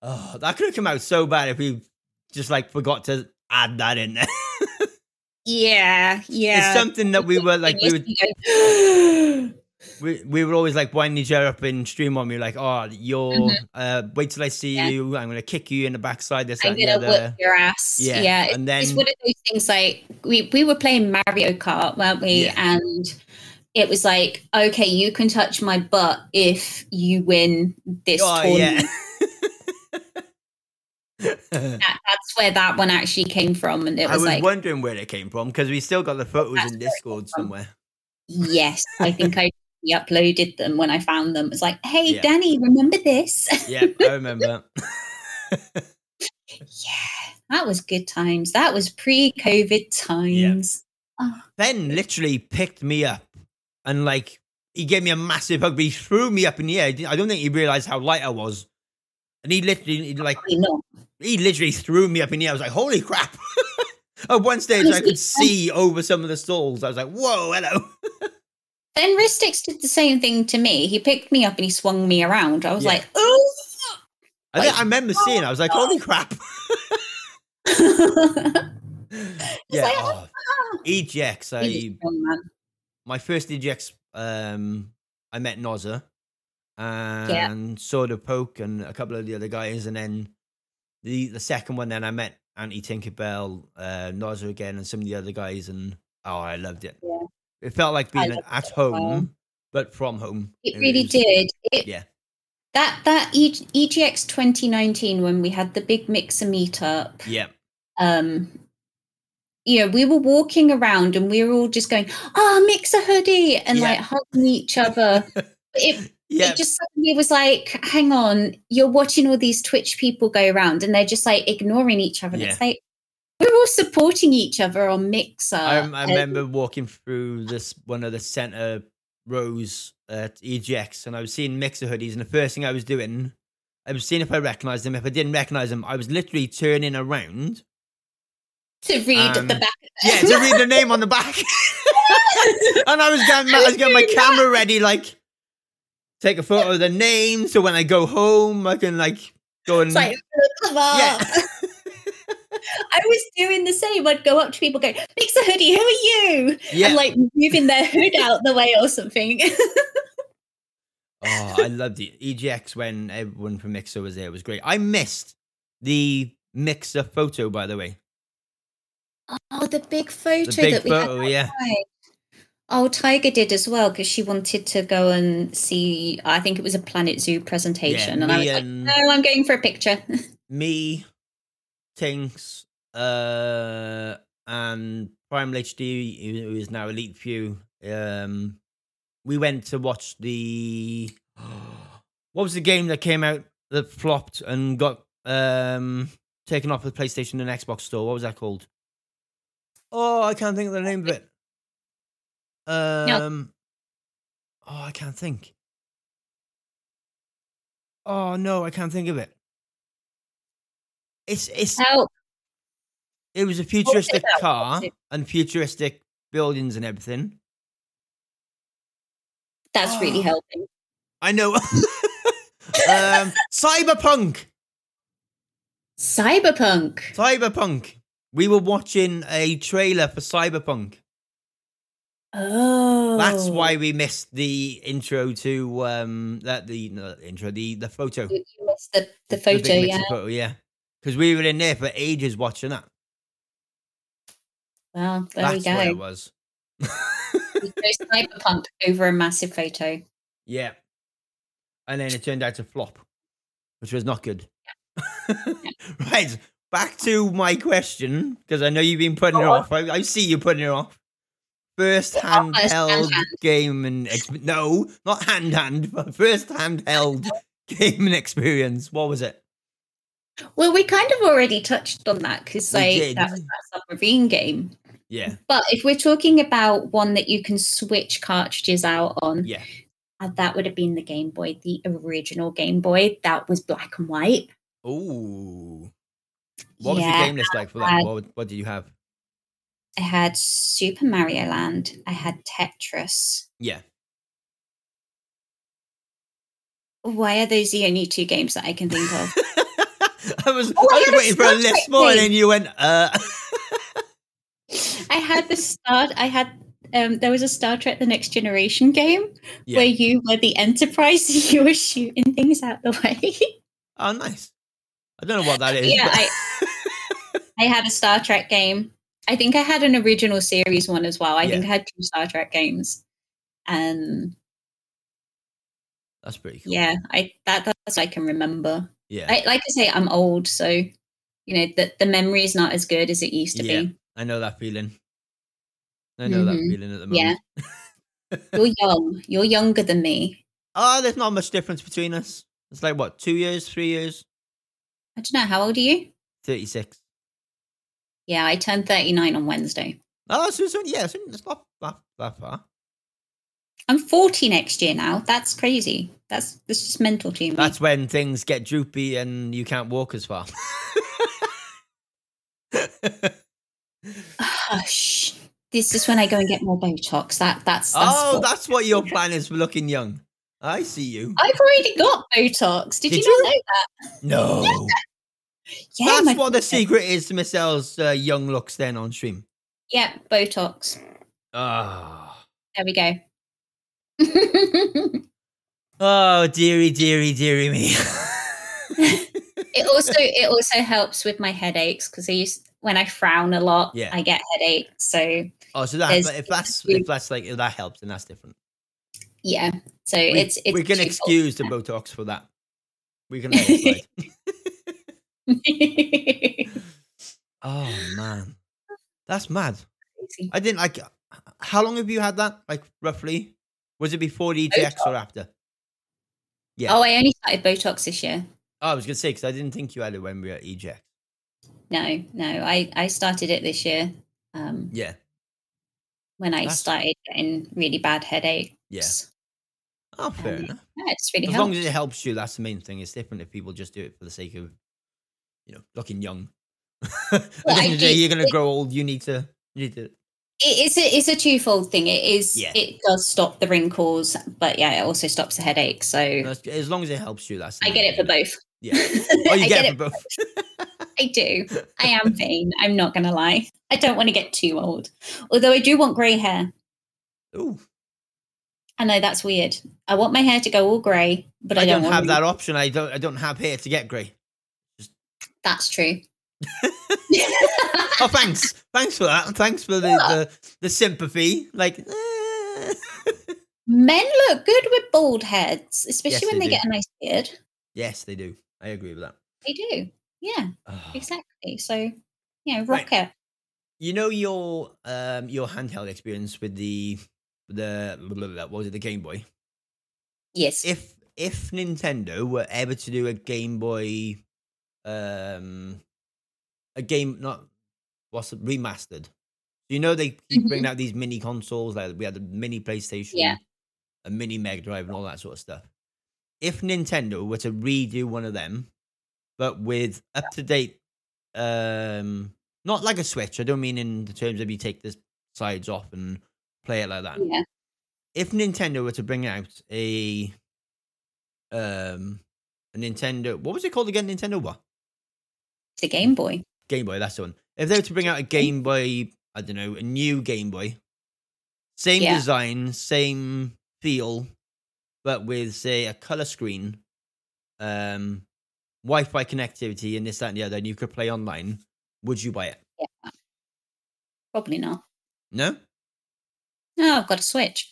Oh, that could have come out so bad if we just like forgot to add that in there. yeah, yeah. It's something that we were like we were would. we, we were always like winding each other up in stream on. We were like, oh, you're uh, wait till I see Mm-hmm. Yeah. you. I'm gonna kick you in the backside. This, I'm that, and the gonna whip other. your ass. Yeah, Yeah, and it's then- one of those things. Like we we were playing Mario Kart, weren't we? Yeah. And it was like, okay, you can touch my butt if you win this Oh tournament. yeah. That, that's where that one actually came from, and it I was was like, wondering where it came from because we still got the photos in Discord from. somewhere. yes, I think I uploaded them when I found them. It was like, hey, Yeah. Danny, remember this? Yeah, I remember. Yeah, that was good times. That was pre-COVID times. Ben literally picked me up and like he gave me a massive hug, but he threw me up in the air. I didn't- I don't think he realized how light I was. And he literally he, like Probably not. he literally threw me up in the air. I was like, holy crap. At one stage I could see over some of the stalls. I was like, whoa, hello. Then Ristix did the same thing to me. He picked me up and he swung me around. I was Yeah. like, oh. I, think I remember seeing it. I was like, holy crap. Yeah. like, oh, EGX. I my first EGX, um, I met Nozza and Soda Poke and a couple of the other guys, and then the the second one, then I met Auntie Tinkerbell, uh, Nozza again, and some of the other guys, and oh, I loved it. Yeah. It felt like I being loved at it as well. home, but from home. it really was- did. It, Yeah. That that e- EGX 2019 when we had the big mixer meetup. Yeah, um you know we were walking around and we were all just going ah mixer hoodie and Yeah. like hugging each other it, yeah, it just suddenly was like hang on you're watching all these twitch people go around and they're just like ignoring each other and it's like we're all supporting each other on mixer I, rem- I Uh, and- remember walking through this one of the center rows at EGX, and I was seeing mixer hoodies, and the first thing I was doing, I was seeing if I recognized them. If I didn't recognize them, I was literally turning around, to read at the um, back yeah, to read the name on the back, and I was getting my, I was getting my camera ready, like take a photo of the name, so when I go home, I can like go and it's like look them Mm. up. Yeah. I was doing the same. I'd go up to people, go, "Mixer hoodie, who are you?" yeah. And like moving their hood out the way or something. Oh, I loved it. EGX when everyone from Mixer was there it was great. I missed the Mixer photo, by the way. Oh, the big photo The big that we photo, had. yeah. outside. Oh, Tiger did as well because she wanted to go and see. I think it was a Planet Zoo presentation, and I me was like, and- "No, I'm going for a picture." Me, Tinks, uh, and Primal HD, who is now Elite View. Um, we went to watch the what was the game that came out that flopped and got um taken off the PlayStation and Xbox store. What was that called? Oh, I can't think of the name of it. Um, oh, I can't think. Oh no, I can't think of it. It's it's Help. it was a futuristic about? car What's it? and futuristic buildings and everything. That's really helping. I know. um, cyberpunk, Cyberpunk. cyberpunk. We were watching a trailer for cyberpunk. Oh. That's why we missed the intro to um that the not the intro the the photo. you you missed the, The the big photo, yeah. Mexico photo, yeah. Because we were in there for ages watching that. Well, there That's we what go. it was. We chose cyberpunk over a massive photo. Yeah. And then it turned out to flop, which was not good. right. Back to my question, because I know you've been putting it Go on. off. I, I see you putting it off. First handheld hand-hand. game and ex- no, not hand hand, but first handheld game and experience. What was it? Well, we kind of already touched on that because We like did. that was that submarine game. Yeah, But if we're talking about one that you can switch cartridges out on, yeah, uh, that would have been the Game Boy, the original Game Boy. That was black and white. Ooh. What was Mm. yeah, Uh, your game list like for that? had- What, what did you have? I had Super Mario Land. I had Tetris. Yeah. Why are those the only two games that I can think of? I was, Oh, I I was had a waiting for a Snowflake list more, and thing. then you went, uh, I had the start. I had um, there was a Star Trek: The Next Generation game Yeah. where you were the Enterprise. and You were shooting things out the way. oh, nice. I don't know what that is. Yeah, but- I had a Star Trek game. I think I had an original series one as well. I Yeah. think I had two Star Trek games. Um, That's pretty cool. yeah, I that that's what I can remember. Yeah. I, like I say, I'm old, so you know the the memory is not as good as it used to Yeah. be. I know that feeling. I know that Mhm. feeling at the Yeah. moment. You're young. You're younger than me. Oh, there's not much difference between us. It's like, what, two years, three years, I don't know how old are you. 36. Yeah, I turned 39 on Wednesday. Oh, so it's only, yeah, it's, only- it's not that, that far. Mm-hmm. I'm 40 next year now. That's crazy. That's that's just mental to me. That's when things get droopy and you can't walk as far. Hush. This is when I go and get more Botox. That that's, that's oh, what- that's what your plan is for looking young. I see you. I've already got Botox. Did, Did you not know that? No. Yeah, my That's what the friend. secret is to Miss L's uh, young looks then on stream. Yeah, Botox. Oh. Ah. There we go. oh, dearie, dearie, dearie me. it also it also helps with my headaches because I used when I frown a lot, Yeah. I get headaches. So oh, so that, There's- but if that's if that's like if that helps, then that's different. yeah, so We, it's it's we can twofold. excuse the Botox for that. We can. let it slide. Crazy. oh man, that's mad. I didn't like. How long have you had that? Like roughly, was it before the ETX or after? Yeah. Oh, I only started Botox this year. Oh, I was gonna say because I didn't think you had it when we were at E EJX. No, no, I I started it this year. Um, Yeah, when I That's- started getting really bad headaches. yeah. Oh, fair Um, enough. Yeah, it's really As helped. long as it helps you, that's the main thing. It's different if people just do it for the sake of, you know, looking young. At the Well, end I of the day, do- you're gonna it- grow old. You need to. You need to. It- it's a it's a twofold thing. It is Yeah. it does stop the wrinkles, but yeah, it also stops the headache. So I that's- As long as it helps you, that's. the get main it for thing. both. Yeah. Oh, you get, I get it for both. I do. I am vain. I'm not gonna lie. I don't want to get too old. Although I do want grey hair. Ooh, I know that's weird. I want my hair to go all grey, but I, I don't want have it- that option. I don't. I don't have hair to get grey. That's true. Oh, thanks. thanks for that. Thanks for the the, the sympathy. Like. eh. Men look good with bald heads, especially Yes, when they do. they get a nice beard. yes, they do. I agree with that. They do. Yeah, Ah. exactly. So you know, Right. rock it. You know your um your handheld experience with the the blah, blah, blah, what was it the Game Boy? Yes. If if Nintendo were ever to do a Game Boy, um, a game not what's it, remastered, you know they keep bringing out these mini consoles like we had the mini PlayStation, Mm-hmm. Yeah. a mini Mega Drive, and all that sort of stuff. If Nintendo were to redo one of them, but with up to date, um, not like a Switch. I don't mean in the terms of you take the sides off and play it like that yeah. if Nintendo were to bring out a um a Nintendo what was it called again? Nintendo what? The Game Boy. Game Boy, that's the one. If they were to bring out a Game Boy, I don't know, a new Game Boy. Same Yeah. design, same feel, but with say a colour screen, um Wi Fi connectivity and this, that and the other, and you could play online, would you buy it? Probably not. No? No, I've got a Switch.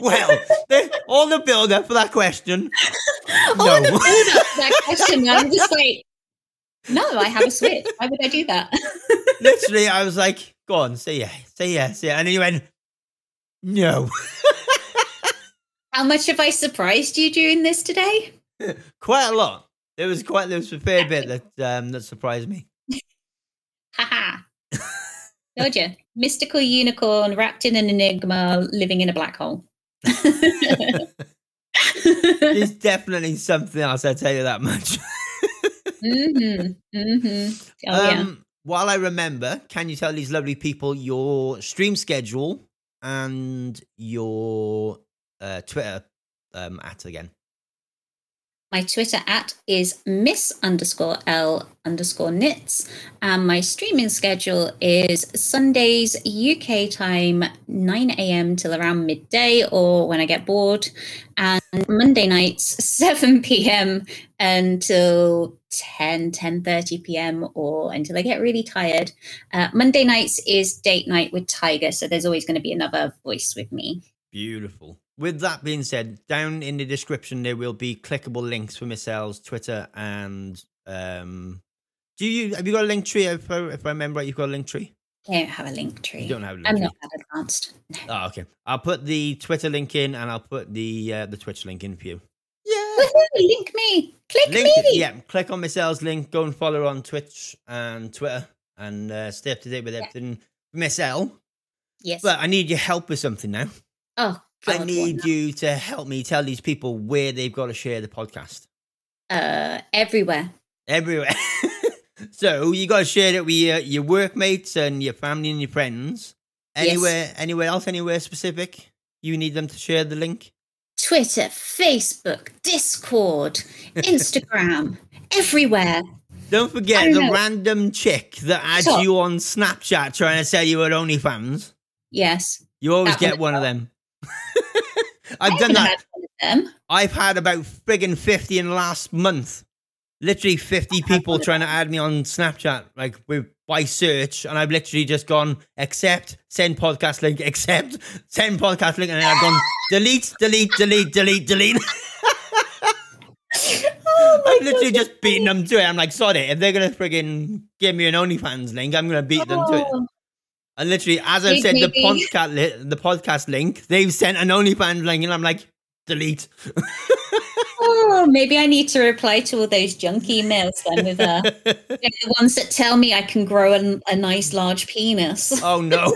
Well, there- all the build up for that question. Oh, the No. build up to that question. I'm just like, no, I have a Switch. Why would I do that? literally, I was like, go on, say yeah, say yeah, say yeah. And he went, no, How much have I surprised you during this today? quite a lot. There was quite, there was a fair bit that um, that surprised me. Haha. Told you. Mystical unicorn wrapped in an enigma living in a black hole. There's definitely something else, I'll tell you that much. hmm hmm Oh, yeah. um, While I remember, can you tell these lovely people your stream schedule and your uh, Twitter um, at again? My Twitter at is miss underscore L underscore knits. And my streaming schedule is Sundays UK time, 9 a.m. till around midday or when I get bored. And Monday nights, 7 p.m. until 10, 10.30 p.m. or until I get really tired. Uh, Monday nights is date night with Tiger. So there's always going to be another voice with me. Beautiful. With that being said, down in the description there will be clickable links for Michelle's Twitter and um. Do you have you got a link tree? If I, if I remember right, you've got a link tree. I don't have a link tree. You don't have a link I'm tree. not that advanced. Oh, okay. I'll put the Twitter link in, and I'll put the uh, the Twitch link in for you. Yeah. Woohoo, link me. Click Link, me. yeah, click on Michelle's link. Go and follow her on Twitch and Twitter, and uh, stay up to date with Yeah. everything. Miss L, Yes. but I need your help with something now. oh, God, I what need now? you to help me tell these people where they've got to share the podcast. Uh, everywhere. everywhere. so you got to share it with your, your workmates and your family and your friends. Yes. Anywhere, anywhere else, anywhere specific, you need them to share the link. Twitter, Facebook, Discord, Instagram, everywhere. Don't forget I the know. random chick that adds Sure. you on Snapchat trying to sell you at OnlyFans. Yes. You always That one get as one of them. I've I done haven't that. had one of them. I've had about friggin' 50 in the last month. Literally 50 people one of trying to add me on Snapchat, like with by search, and I've literally just gone accept, send podcast link, accept, send podcast link, and then I've gone delete, delete, delete, delete, delete. Oh I've literally just beaten them to it. I'm like, sorry, if they're gonna friggin' give me an OnlyFans link, I'm gonna beat them to it. Oh, And literally, as I've Big said, the baby. podcast li- the podcast link, they've sent an OnlyFans link, and I'm like, delete. oh, maybe I need to reply to all those junk emails then with uh, the ones that tell me I can grow an, a nice large penis. oh no.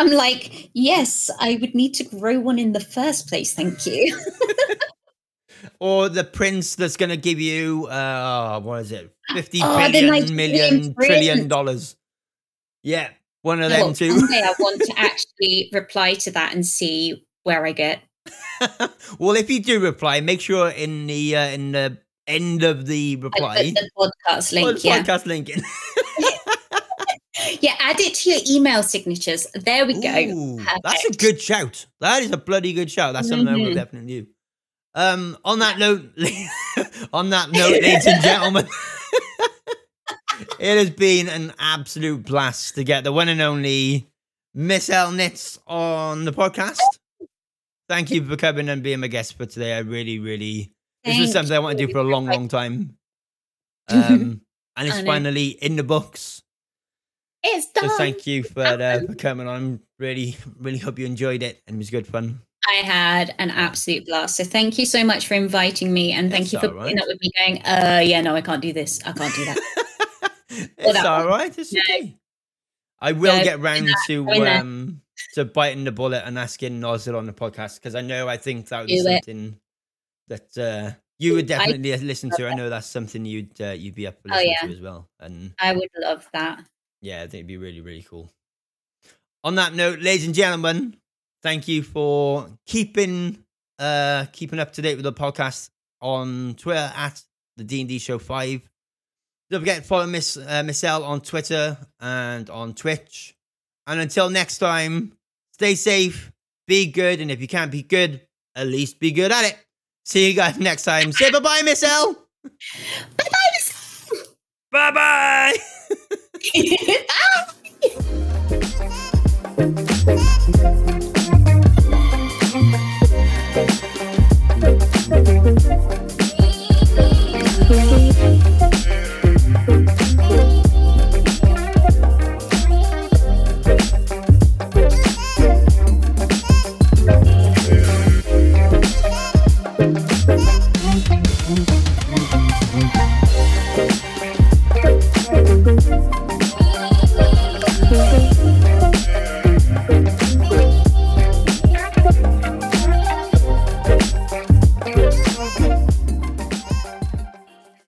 I'm like, yes, I would need to grow one in the first place. Thank you. or the prince that's going to give you uh what is it fifty Oh, billion the Nigerian million prince. Oh. trillion dollars yeah one of them Well, too someday I want to actually reply to that and see where I get well if you do reply make sure in the uh, in the end of the I reply put the podcast link. well, the yeah, podcast link in. yeah. Add it to your email signatures. There we go. Ooh, that's a good shout that is a bloody good shout that's something i will Mhm. definitely do um on that note on that note ladies and gentlemen It has been an absolute blast to get the one and only Miss L Nitz on the podcast. Thank you for coming and being my guest for today. I really, really This was Thank something I wanted to do you. for a long, long time. Um, and it's I know. finally in the books. It's So done. thank you for, uh, for coming on. Really, really hope you enjoyed it and it was good fun. I had an absolute blast. So thank you so much for inviting me, and thank That's you for all right. putting up with me going. Uh, yeah, no, I can't do this. I can't do that. it's that all right. It's No. okay. I will No, get round to going there. um to biting the bullet and asking Nozzle on the podcast because I know I think that would be Do it. something that uh, you would I- definitely listen to. I know that's something you'd uh, you'd be up for Oh, listening yeah. to as well. And I would love that. yeah, I think it'd be really really cool. On that note, ladies and gentlemen, thank you for keeping uh keeping up to date with the podcast on Twitter at the D and D Show Five. Don't forget to follow Miss uh, Miss L on Twitter and on Twitch. And until next time, stay safe, be good, and if you can't be good, at least be good at it. See you guys next time. Say bye bye, Miss L. Bye bye. Bye bye. Thank you.